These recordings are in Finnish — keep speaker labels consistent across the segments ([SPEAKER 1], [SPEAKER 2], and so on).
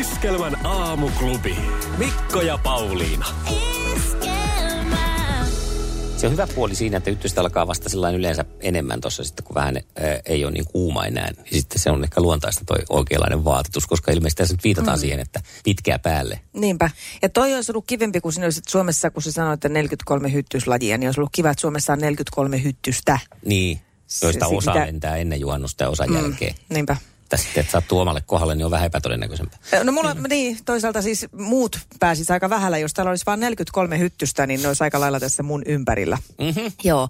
[SPEAKER 1] Iskelmän aamuklubi. Mikko ja Pauliina.
[SPEAKER 2] Se on hyvä puoli siinä, että ykköstä alkaa vasta sellainen yleensä enemmän tuossa sitten, kun vähän ää, ei ole niin kuuma enää. Niin sitten se on ehkä luontaista toi oikeanlainen vaatetus, koska ilmeisesti tässä nyt viitataan mm. siihen, että pitkää päälle.
[SPEAKER 3] Niinpä. Ja toi olisi ollut kivempi, kun sinä olisit Suomessa, kun sä sanoit, että 43 hyttyslajia, niin olisi ollut kiva, että Suomessa on 43 hyttystä.
[SPEAKER 2] Niin,
[SPEAKER 3] Se-
[SPEAKER 2] joista
[SPEAKER 3] se
[SPEAKER 2] osa
[SPEAKER 3] pitää-
[SPEAKER 2] lentää ennen juhannusta ja osa mm. jälkeen.
[SPEAKER 3] Niinpä.
[SPEAKER 2] Tai sitten, että sattuu omalle kohdalle, niin on vähän epätodennäköisempää.
[SPEAKER 3] No mulla, mm. niin, toisaalta siis muut pääsis aika vähällä. Jos täällä olisi vain 43 hyttystä, niin ne olisi aika lailla tässä mun ympärillä. Mm-hmm. Joo.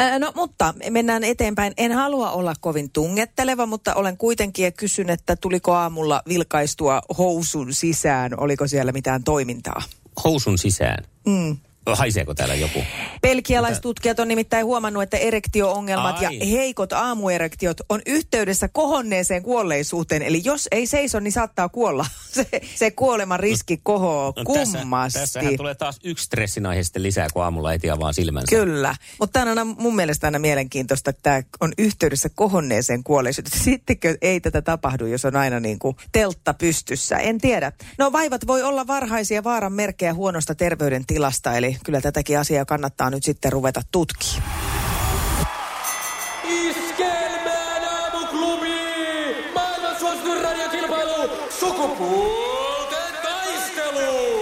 [SPEAKER 3] Äh, No mutta mennään eteenpäin. En halua olla kovin tungetteleva, mutta olen kuitenkin ja kysyn, että tuliko aamulla vilkaistua housun sisään? Oliko siellä mitään toimintaa?
[SPEAKER 2] Housun sisään. Mm. Haiseeko täällä joku?
[SPEAKER 3] Belgialaistutkijat on nimittäin huomannut, että erektioongelmat ja
[SPEAKER 2] Ai.
[SPEAKER 3] heikot aamuerektiot on yhteydessä kohonneeseen kuolleisuuteen. Eli jos ei seiso, niin saattaa kuolla. Se, se kuoleman riski kohoaa kummasti.
[SPEAKER 2] No, Tässä, tässähän tulee taas yksi stressin aihe sitten lisää, kun aamulla ei tiedä vaan silmänsä.
[SPEAKER 3] Kyllä, mutta tämä on aina, mun mielestä aina mielenkiintoista, että tämä on yhteydessä kohonneeseen kuolleisuuteen. Sittenkö ei tätä tapahdu, jos on aina niin kuin teltta pystyssä? En tiedä. No vaivat voi olla varhaisia vaaran merkkejä huonosta terveydentilasta, eli kyllä tätäkin asiaa kannattaa nyt sitten ruveta tutkimaan.
[SPEAKER 4] Iskelmään aamuklubi! Maailman suosituin radiokilpailu! Sukupuolten taistelu!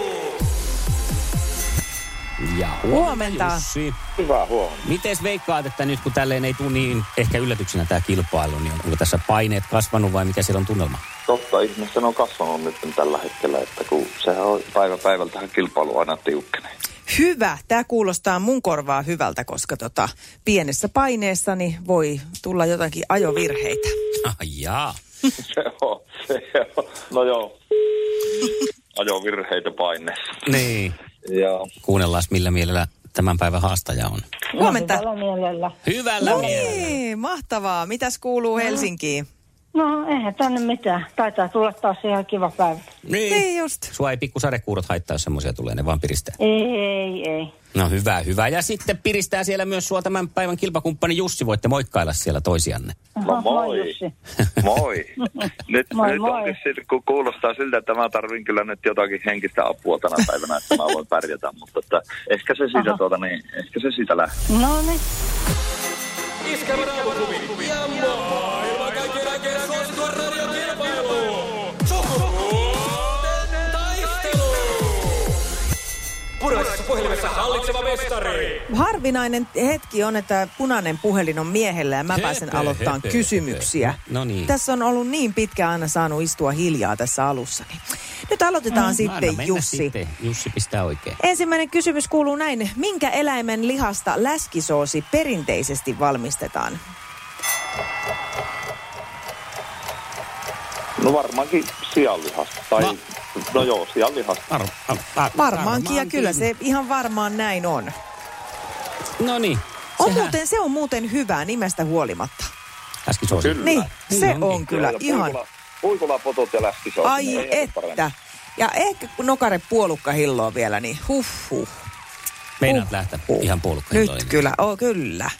[SPEAKER 2] Ja
[SPEAKER 3] Huomenta.
[SPEAKER 2] Jussi.
[SPEAKER 5] Hyvää huomenta.
[SPEAKER 2] Mites veikkaat, että nyt kun tälleen ei tule niin ehkä yllätyksenä tämä kilpailu, niin onko tässä paineet kasvanut vai mikä siellä on tunnelma?
[SPEAKER 5] Totta ihmeessä ne on kasvanut nyt tällä hetkellä, että kun sehän on päivä päivältähän kilpailu aina tiukkenee.
[SPEAKER 3] Hyvä. Tämä kuulostaa mun korvaa hyvältä, koska tota, pienessä paineessa niin voi tulla jotakin ajovirheitä.
[SPEAKER 2] Ah, jaa.
[SPEAKER 5] Se on, se on. No joo. Ajo virheitä paineessa.
[SPEAKER 2] Niin.
[SPEAKER 5] Joo.
[SPEAKER 2] Kuunnellaan, millä mielellä tämän päivän haastaja on.
[SPEAKER 3] Huomenta.
[SPEAKER 6] Hyvällä mielellä.
[SPEAKER 2] Hyvällä
[SPEAKER 3] No
[SPEAKER 2] mielellä.
[SPEAKER 3] niin, mahtavaa. Mitäs kuuluu Helsinkiin?
[SPEAKER 6] No eihän tänne mitään. Taitaa tulla taas ihan kiva päivä.
[SPEAKER 3] Niin just.
[SPEAKER 2] Sua ei pikku sadekuurot haittaa, jos semmoisia tulee, ne vaan piristää.
[SPEAKER 6] Ei, ei, ei.
[SPEAKER 2] No hyvä, hyvä. Ja sitten piristää siellä myös sua tämän päivän kilpakumppani Jussi. Voitte moikkailla siellä toisianne.
[SPEAKER 5] No
[SPEAKER 6] moi.
[SPEAKER 5] moi.
[SPEAKER 6] Jussi.
[SPEAKER 5] Moi. Nyt,
[SPEAKER 6] Moi,
[SPEAKER 5] nyt
[SPEAKER 6] moi.
[SPEAKER 5] onkin sit, kun kuulostaa siltä, että mä tarvin kyllä nyt jotakin henkistä apua tänä päivänä, että mä voin pärjätä, mutta että ehkä se siitä, tuota, niin, ehkä se siitä lähtee.
[SPEAKER 6] No niin.
[SPEAKER 4] Iskelmän aamuklubi! Ja maailman kaikkien aikeen suosituin radiokilpailu! Sukupuolten taistelu! Puraisessa puhelimessa hallitseva mestari!
[SPEAKER 3] Harvinainen hetki on, että punainen puhelin on miehellä ja mä
[SPEAKER 2] Höpö,
[SPEAKER 3] pääsen aloittamaan
[SPEAKER 2] höpö,
[SPEAKER 3] kysymyksiä.
[SPEAKER 2] höpö. No niin.
[SPEAKER 3] Tässä on ollut niin pitkään aina saanut istua hiljaa tässä alussa. niin Nyt aloitetaan
[SPEAKER 2] No,
[SPEAKER 3] sitten
[SPEAKER 2] anna mennä
[SPEAKER 3] Jussi.
[SPEAKER 2] Sitten. Jussi pistää oikein.
[SPEAKER 3] Ensimmäinen kysymys kuuluu näin. Minkä eläimen lihasta läskisoosi perinteisesti valmistetaan?
[SPEAKER 5] No varmaankin sianlihasta. Tai,
[SPEAKER 2] No.
[SPEAKER 5] no, no joo, sianlihasta.
[SPEAKER 2] Ar- ar- ar-
[SPEAKER 3] Varmaankin ja kyllä se ihan varmaan näin on.
[SPEAKER 2] No niin.
[SPEAKER 3] on
[SPEAKER 2] Sehän-
[SPEAKER 3] muuten, se on muuten hyvä nimestä huolimatta.
[SPEAKER 2] Äsken se on
[SPEAKER 5] Kyllä.
[SPEAKER 3] Niin,
[SPEAKER 2] Niin
[SPEAKER 3] se
[SPEAKER 2] onkin.
[SPEAKER 3] on kyllä
[SPEAKER 5] Ja
[SPEAKER 3] ihan.
[SPEAKER 5] Puikula, puikulapotot ja lähtisousi. ne
[SPEAKER 3] Ai
[SPEAKER 5] ei ole parempi.
[SPEAKER 3] että. Ja ehkä kun nokare puolukka hilloa vielä, niin huh huh.
[SPEAKER 2] Meinaat lähteä ihan puolukkaan.
[SPEAKER 3] Nyt kyllä, oh, kyllä.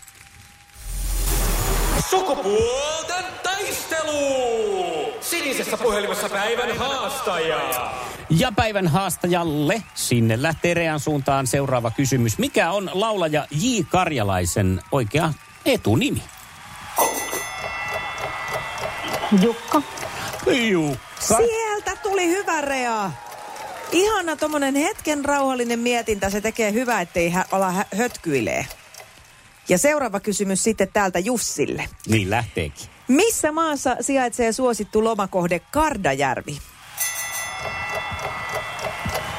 [SPEAKER 4] Sukupuolten taistelu! Sinisessä puhelimessa päivän haastaja.
[SPEAKER 2] Ja päivän haastajalle sinne lähtee Rean suuntaan seuraava kysymys. Mikä on laulaja J. Karjalaisen oikea etunimi?
[SPEAKER 6] Jukka.
[SPEAKER 2] Juu.
[SPEAKER 3] Sieltä tuli hyvä rea. Ihana tommonen hetken rauhallinen mietintä. Se tekee hyvää, ettei hä- ala hä- hötkyilee. Ja seuraava kysymys sitten täältä Jussille.
[SPEAKER 2] Niin lähteekin.
[SPEAKER 3] Missä maassa sijaitsee suosittu lomakohde Kardajärvi?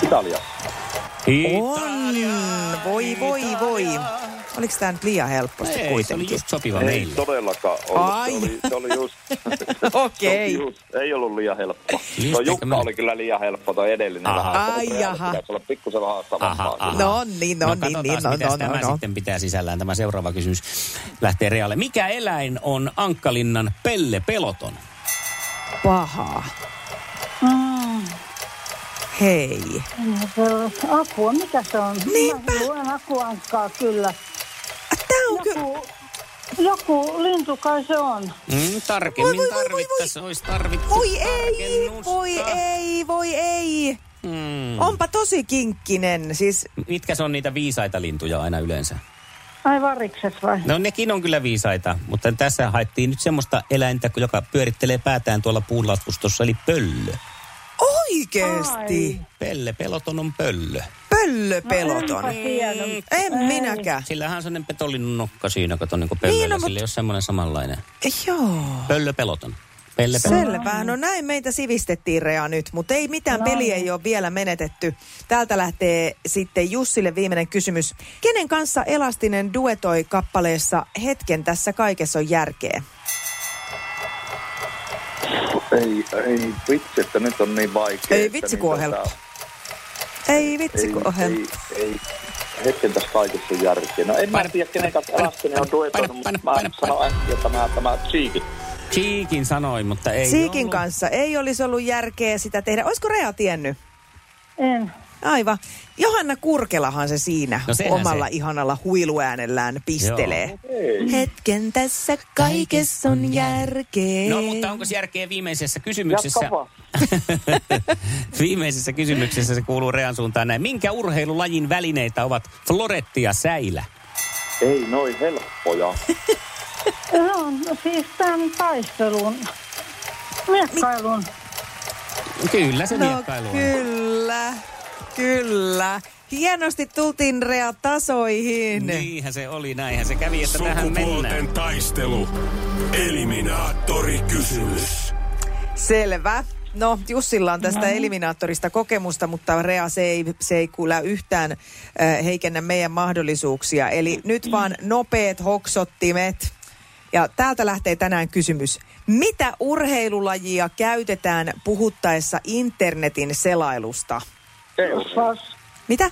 [SPEAKER 5] Italia.
[SPEAKER 3] On. Voi, voi, voi. Oliko tämä nyt liian helpposti
[SPEAKER 2] Ei, se oli
[SPEAKER 3] kuitenkin?
[SPEAKER 2] just sopiva
[SPEAKER 5] Ei
[SPEAKER 2] meille.
[SPEAKER 5] todellakaan ollut.
[SPEAKER 3] Ai.
[SPEAKER 5] Se oli, se oli just,
[SPEAKER 3] Okei.
[SPEAKER 5] se oli just, ei ollut liian helppo.
[SPEAKER 2] Just
[SPEAKER 5] Tuo
[SPEAKER 2] ehkä mä-
[SPEAKER 5] Jukka oli kyllä liian helppo, tuo edellinen.
[SPEAKER 2] Aha.
[SPEAKER 5] vähän helppo,
[SPEAKER 3] Ai,
[SPEAKER 5] mutta
[SPEAKER 3] jaha.
[SPEAKER 5] Pitäisi olla pikkusen
[SPEAKER 2] Aha,
[SPEAKER 5] haastavampaa.
[SPEAKER 2] aha.
[SPEAKER 3] No niin, no
[SPEAKER 2] katsotaan,
[SPEAKER 3] niin, niin, no,
[SPEAKER 2] mitäs
[SPEAKER 3] no,
[SPEAKER 2] tämä
[SPEAKER 3] no, no.
[SPEAKER 2] sitten pitää sisällään. Tämä seuraava kysymys lähtee Realle. Mikä eläin on Ankkalinnan Pelle Peloton?
[SPEAKER 3] Pahaa.
[SPEAKER 6] Mm.
[SPEAKER 3] Hei.
[SPEAKER 6] Apua, mikä se on?
[SPEAKER 3] Niinpä.
[SPEAKER 6] Mä luen akuankkaa kyllä.
[SPEAKER 2] No
[SPEAKER 3] Tämä on kyllä...
[SPEAKER 6] Joku Joku lintu kai se on.
[SPEAKER 2] Mm,
[SPEAKER 3] Voi,
[SPEAKER 2] tarkemmin
[SPEAKER 3] voi, voi, voi, voi.
[SPEAKER 2] tarvittaisiin, olisi tarvittu
[SPEAKER 3] Voi ei,
[SPEAKER 2] tarkennusta.
[SPEAKER 3] voi ei, voi ei.
[SPEAKER 2] Mm.
[SPEAKER 3] Onpa tosi kinkkinen. Siis
[SPEAKER 2] Mitkä se on niitä viisaita lintuja aina yleensä?
[SPEAKER 6] Ai varikset vai?
[SPEAKER 2] No nekin on kyllä viisaita, mutta tässä haettiin nyt semmoista eläintä, joka pyörittelee päätään tuolla puunlatkustossa, eli pöllö.
[SPEAKER 3] oikeesti.
[SPEAKER 6] Ai.
[SPEAKER 2] Pelle, peloton on pöllö.
[SPEAKER 3] Pöllöpeloton.
[SPEAKER 6] No enpä tiennyt.
[SPEAKER 3] en minäkään.
[SPEAKER 2] Sillähän on sellainen petolinnun nokka siinä, kato niin kuin pöllöllä.
[SPEAKER 3] Niin,
[SPEAKER 2] Niin,
[SPEAKER 3] no,
[SPEAKER 2] no,
[SPEAKER 3] mut-
[SPEAKER 2] Sillä ei ole semmoinen samanlainen.
[SPEAKER 3] Joo.
[SPEAKER 2] Pöllö peloton. Pelle peloton.
[SPEAKER 3] Selvä. No näin meitä sivistettiin Rea nyt, mutta ei mitään no. peliä ei ole vielä menetetty. Täältä lähtee sitten Jussille viimeinen kysymys. Kenen kanssa Elastinen duetoi kappaleessa Hetken tässä kaikessa on järkeä?
[SPEAKER 5] Ei, ei vitsi, että nyt on niin vaikea.
[SPEAKER 3] Ei
[SPEAKER 5] että
[SPEAKER 3] vitsi,
[SPEAKER 5] niin
[SPEAKER 3] kun on
[SPEAKER 5] tota,
[SPEAKER 3] helppo. Ei vitsi kun on
[SPEAKER 5] ei,
[SPEAKER 3] helppo.
[SPEAKER 5] ei, hetken tässä kaikessa on järkeä. No en
[SPEAKER 2] Paina,
[SPEAKER 5] mä tiedä, kenen
[SPEAKER 2] paina,
[SPEAKER 5] kanssa
[SPEAKER 2] paina,
[SPEAKER 5] Elastinen on
[SPEAKER 2] paina,
[SPEAKER 5] duetoinut,
[SPEAKER 2] paina,
[SPEAKER 5] mutta mä
[SPEAKER 2] paina,
[SPEAKER 5] sanon äkkiä, että mä tämä Cheekit.
[SPEAKER 2] Siikin sanoi, mutta ei
[SPEAKER 3] Siikin
[SPEAKER 2] ollut.
[SPEAKER 3] kanssa ei olisi ollut järkeä sitä tehdä. Olisiko Rea tiennyt?
[SPEAKER 6] En.
[SPEAKER 3] Aivan. Johanna Kurkelahan se siinä
[SPEAKER 2] No
[SPEAKER 3] no
[SPEAKER 2] sehän
[SPEAKER 3] omalla
[SPEAKER 2] se.
[SPEAKER 3] ihanalla huiluäänellään pistelee. Hetken tässä kaikessa on järkeä.
[SPEAKER 2] No, mutta onko järkeä viimeisessä kysymyksessä?
[SPEAKER 5] Jatka vaan.
[SPEAKER 2] viimeisessä kysymyksessä se kuuluu Rean suuntaan näin. Minkä urheilulajin välineitä ovat floretti ja säilä?
[SPEAKER 5] Ei noin helppoja.
[SPEAKER 6] No, no siis tämän taistelun. Miekkailun.
[SPEAKER 2] Kyllä se
[SPEAKER 3] No
[SPEAKER 2] miekkailu on.
[SPEAKER 3] kyllä, kyllä. Hienosti tultiin Rea tasoihin.
[SPEAKER 2] Niinhän se oli, näinhän se kävi, että tähän mennään.
[SPEAKER 1] Sukupuolten taistelu. Eliminaattori kysymys.
[SPEAKER 3] Selvä. No, Jussilla on tästä eliminaattorista kokemusta, mutta Rea, se ei, se ei kyllä yhtään äh, heikennä meidän mahdollisuuksia. Eli nyt vaan nopeat hoksottimet. Ja täältä lähtee tänään kysymys. Mitä urheilulajia käytetään puhuttaessa internetin selailusta?
[SPEAKER 6] Surffaus.
[SPEAKER 3] Mitä?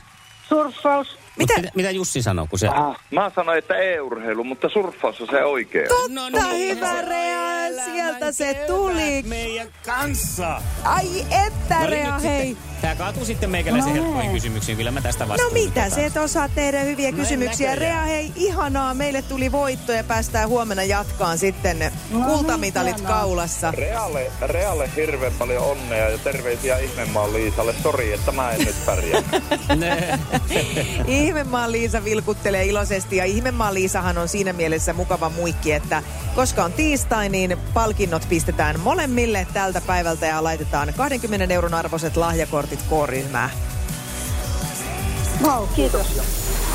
[SPEAKER 6] Surffaus.
[SPEAKER 2] Mut
[SPEAKER 3] Mitä?
[SPEAKER 2] Mitä, mitä Jussi sanoo, kun se...
[SPEAKER 5] Ah, Mä sanoin, että e-urheilu, mutta surffaus on se oikein.
[SPEAKER 2] No
[SPEAKER 3] Totta, hyvä Rea, sieltä se tuli.
[SPEAKER 2] Meidän kanssa.
[SPEAKER 3] Ai että,
[SPEAKER 2] No niin,
[SPEAKER 3] Rea, hei.
[SPEAKER 2] Tämä kaatuu sitten meikäläisen no. helppoihin kysymyksiin. Kyllä mä tästä
[SPEAKER 3] No
[SPEAKER 2] vastaan.
[SPEAKER 3] mitä,
[SPEAKER 2] nyt
[SPEAKER 3] se et osaa tehdä hyviä
[SPEAKER 2] No en
[SPEAKER 3] kysymyksiä.
[SPEAKER 2] näköjään.
[SPEAKER 3] Rea, hei, ihanaa, meille tuli voitto ja päästään huomenna jatkaan sitten kultamitalit
[SPEAKER 6] hienoa.
[SPEAKER 3] kaulassa.
[SPEAKER 5] Realle, Realle hirveän paljon onnea ja terveisiä Ihmemaan Liisalle. Sori, että mä en nyt pärjää.
[SPEAKER 3] Ihmemaan Liisa vilkuttelee iloisesti ja Ihmemaan Liisahan on siinä mielessä mukava muikki, että koska on tiistai, niin palkinnot pistetään molemmille tältä päivältä ja laitetaan 20 euron arvoiset lahjakortit K-ryhmään.
[SPEAKER 6] Vau, kiitos.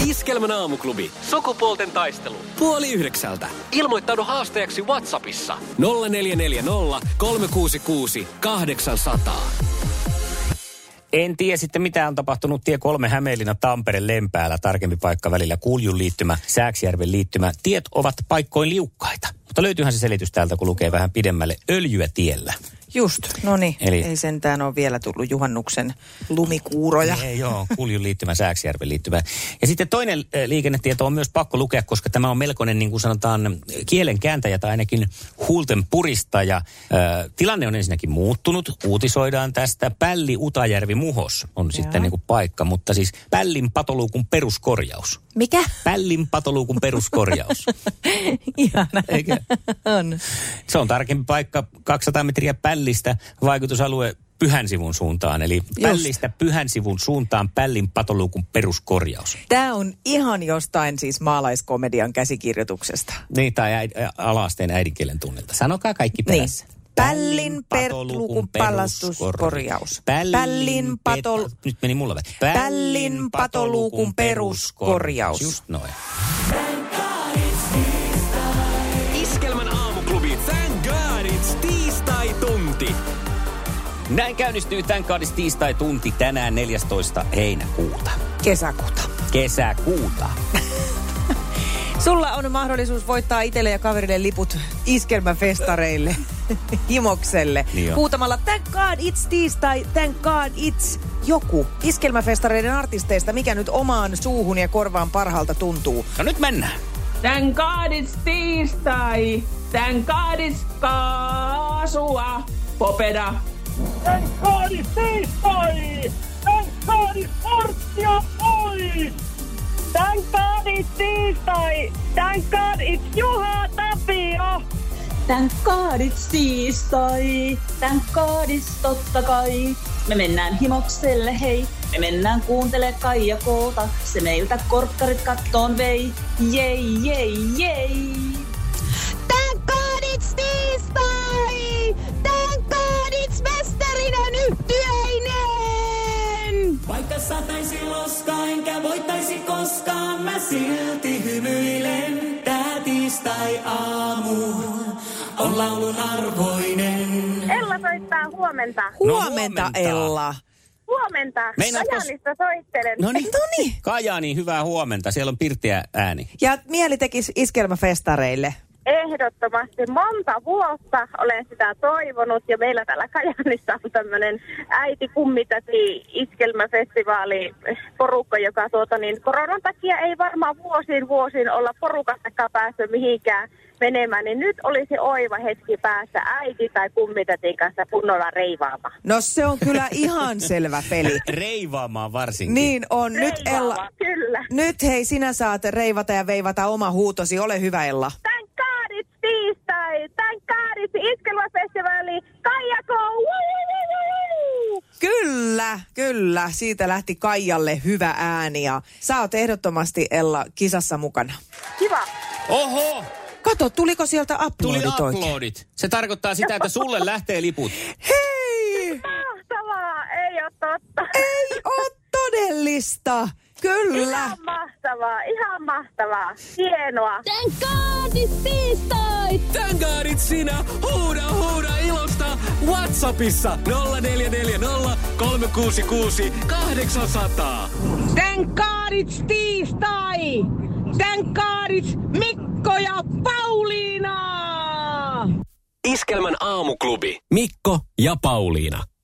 [SPEAKER 1] Iskelmän aamuklubi. Sukupuolten taistelu. Puoli yhdeksältä. Ilmoittaudu haastajaksi Whatsappissa. 0440 366 800.
[SPEAKER 2] En tiedä sitten mitä on tapahtunut tie 3 Hämeenlinna Tampere Lempäällä, tarkempi paikka välillä Kuljun liittymä, Sääksijärven liittymä. Tiet ovat paikkoin liukkaita, mutta löytyyhän se selitys täältä, kun lukee vähän pidemmälle öljyä tiellä.
[SPEAKER 3] Just, no niin.
[SPEAKER 2] Eli-
[SPEAKER 3] Ei sentään ole vielä tullut juhannuksen lumikuuroja.
[SPEAKER 2] Ei, joo, Kuljun liittymä, Sääksijärven liittymä. Ja sitten toinen eh, liikennetieto on myös pakko lukea, koska tämä on melkoinen, niin kuin sanotaan, kielen kääntäjä tai ainakin huulten puristaja. Ö, tilanne on ensinnäkin muuttunut, uutisoidaan tästä. Pälli Utajärvi Muhos on sitten niin kuin paikka, mutta siis Pällin patoluukun peruskorjaus.
[SPEAKER 3] Mikä?
[SPEAKER 2] Pällin patoluukun peruskorjaus.
[SPEAKER 3] Ihana.
[SPEAKER 2] Eikö?
[SPEAKER 3] On.
[SPEAKER 2] Se on tarkempi paikka 200 metriä pällistä vaikutusalue Pyhänsivun suuntaan. Eli pällistä Pyhänsivun suuntaan pällin patoluukun peruskorjaus.
[SPEAKER 3] Tämä on ihan jostain siis maalaiskomedian käsikirjoituksesta.
[SPEAKER 2] Niin, tai äid, ä, alasteen äidinkielen tunnelta. Sanokaa kaikki perässä.
[SPEAKER 3] Niin. Pällin patoluukun palastuskorjaus.
[SPEAKER 2] Pällin,
[SPEAKER 3] Pällin
[SPEAKER 2] pet-
[SPEAKER 3] patol-
[SPEAKER 2] Nyt meni mulla vä-
[SPEAKER 3] Pällin patoluukun peruskorjaus.
[SPEAKER 2] Just noin.
[SPEAKER 1] Iskelmän aamuklubi. Thank God it's tiistai tunti.
[SPEAKER 2] Näin käynnistyy tämän kaadis tiistai tunti tänään 14. heinäkuuta.
[SPEAKER 3] Kesäkuuta.
[SPEAKER 2] Kesäkuuta.
[SPEAKER 3] Sulla on mahdollisuus voittaa itselle ja kaverille liput iskelmäfestareille, himokselle.
[SPEAKER 2] Niin on.
[SPEAKER 3] Huutamalla thank god it's tiistai, thank god it's joku. Iskelmäfestareiden artisteista, mikä nyt omaan suuhun ja korvaan parhaalta tuntuu.
[SPEAKER 2] No nyt mennään.
[SPEAKER 7] Tän kaadits tiistai, tän kaadits kaasua, popeda.
[SPEAKER 6] Thank God it's tiistai! Thank God it's Juha Tapio!
[SPEAKER 7] Tän kaadits tiistai, tän kaadits totta kai. Me mennään himokselle hei, me mennään kuuntele Kaija Koota. Se meiltä korkkarit kattoon vei, jei jei jei.
[SPEAKER 8] Tän kaadits tiistai! Tän kaadits mestarinen yhtyeinen!
[SPEAKER 9] Vaikka sataisi loskaa, enkä voittaisi koskaan, mä silti hymyilen. Tää tiistai-aamu on laulun arvoinen.
[SPEAKER 10] Ella soittaa
[SPEAKER 3] Huomenta,
[SPEAKER 10] huomenta.
[SPEAKER 2] No huomenta.
[SPEAKER 3] Ella.
[SPEAKER 10] Huomenta.
[SPEAKER 2] Meinaatko-
[SPEAKER 10] Kajaanista soittelen.
[SPEAKER 2] No niin.
[SPEAKER 3] Noniin.
[SPEAKER 2] Kajaani, hyvää huomenta. Siellä on pirteä ääni.
[SPEAKER 3] Ja mieli tekisi iskelmäfestareille.
[SPEAKER 10] Ehdottomasti monta vuotta olen sitä toivonut ja meillä täällä Kajaanissa on tämmöinen äiti kummitäti iskelmäfestivaali porukka, joka tuota niin koronan takia ei varmaan vuosiin vuosiin olla porukastakaan päässyt mihinkään menemään, niin nyt olisi oiva hetki päästä äiti tai kummitätin kanssa kunnolla reivaamaan.
[SPEAKER 3] No se on kyllä ihan selvä peli.
[SPEAKER 2] Reivaamaan varsinkin.
[SPEAKER 3] Niin on. Nyt Ella...
[SPEAKER 10] Reivaamaan, kyllä.
[SPEAKER 3] Nyt hei, sinä saat reivata ja veivata oma huutosi. Ole hyvä, Ella.
[SPEAKER 10] Thank God it's tiistai! Thank God it's iskelmäfestivaali! Kaijako! Woo, woo, woo, woo, woo.
[SPEAKER 3] Kyllä, kyllä. Siitä lähti Kaijalle hyvä ääni ja sä oot ehdottomasti Ella kisassa mukana.
[SPEAKER 10] Kiva!
[SPEAKER 2] Oho!
[SPEAKER 3] Kato, tuliko sieltä
[SPEAKER 2] Tuli
[SPEAKER 3] uploadit oikein?
[SPEAKER 2] uploadit. Se tarkoittaa sitä, että sulle lähtee liput.
[SPEAKER 3] Hei!
[SPEAKER 10] Mahtavaa! Ei ole totta!
[SPEAKER 3] Ei oo todellista! Kyllä.
[SPEAKER 10] Ihan mahtavaa, ihan mahtavaa. Hienoa.
[SPEAKER 8] Tän kaadits tiistai!
[SPEAKER 1] Tän kaadit sinä, huuda huuda ilosta Whatsappissa 0440 366 800.
[SPEAKER 7] Tän kaadits tiistai, tän kaadits Mikko ja Pauliina.
[SPEAKER 1] Iskelmän aamuklubi. Mikko ja Pauliina.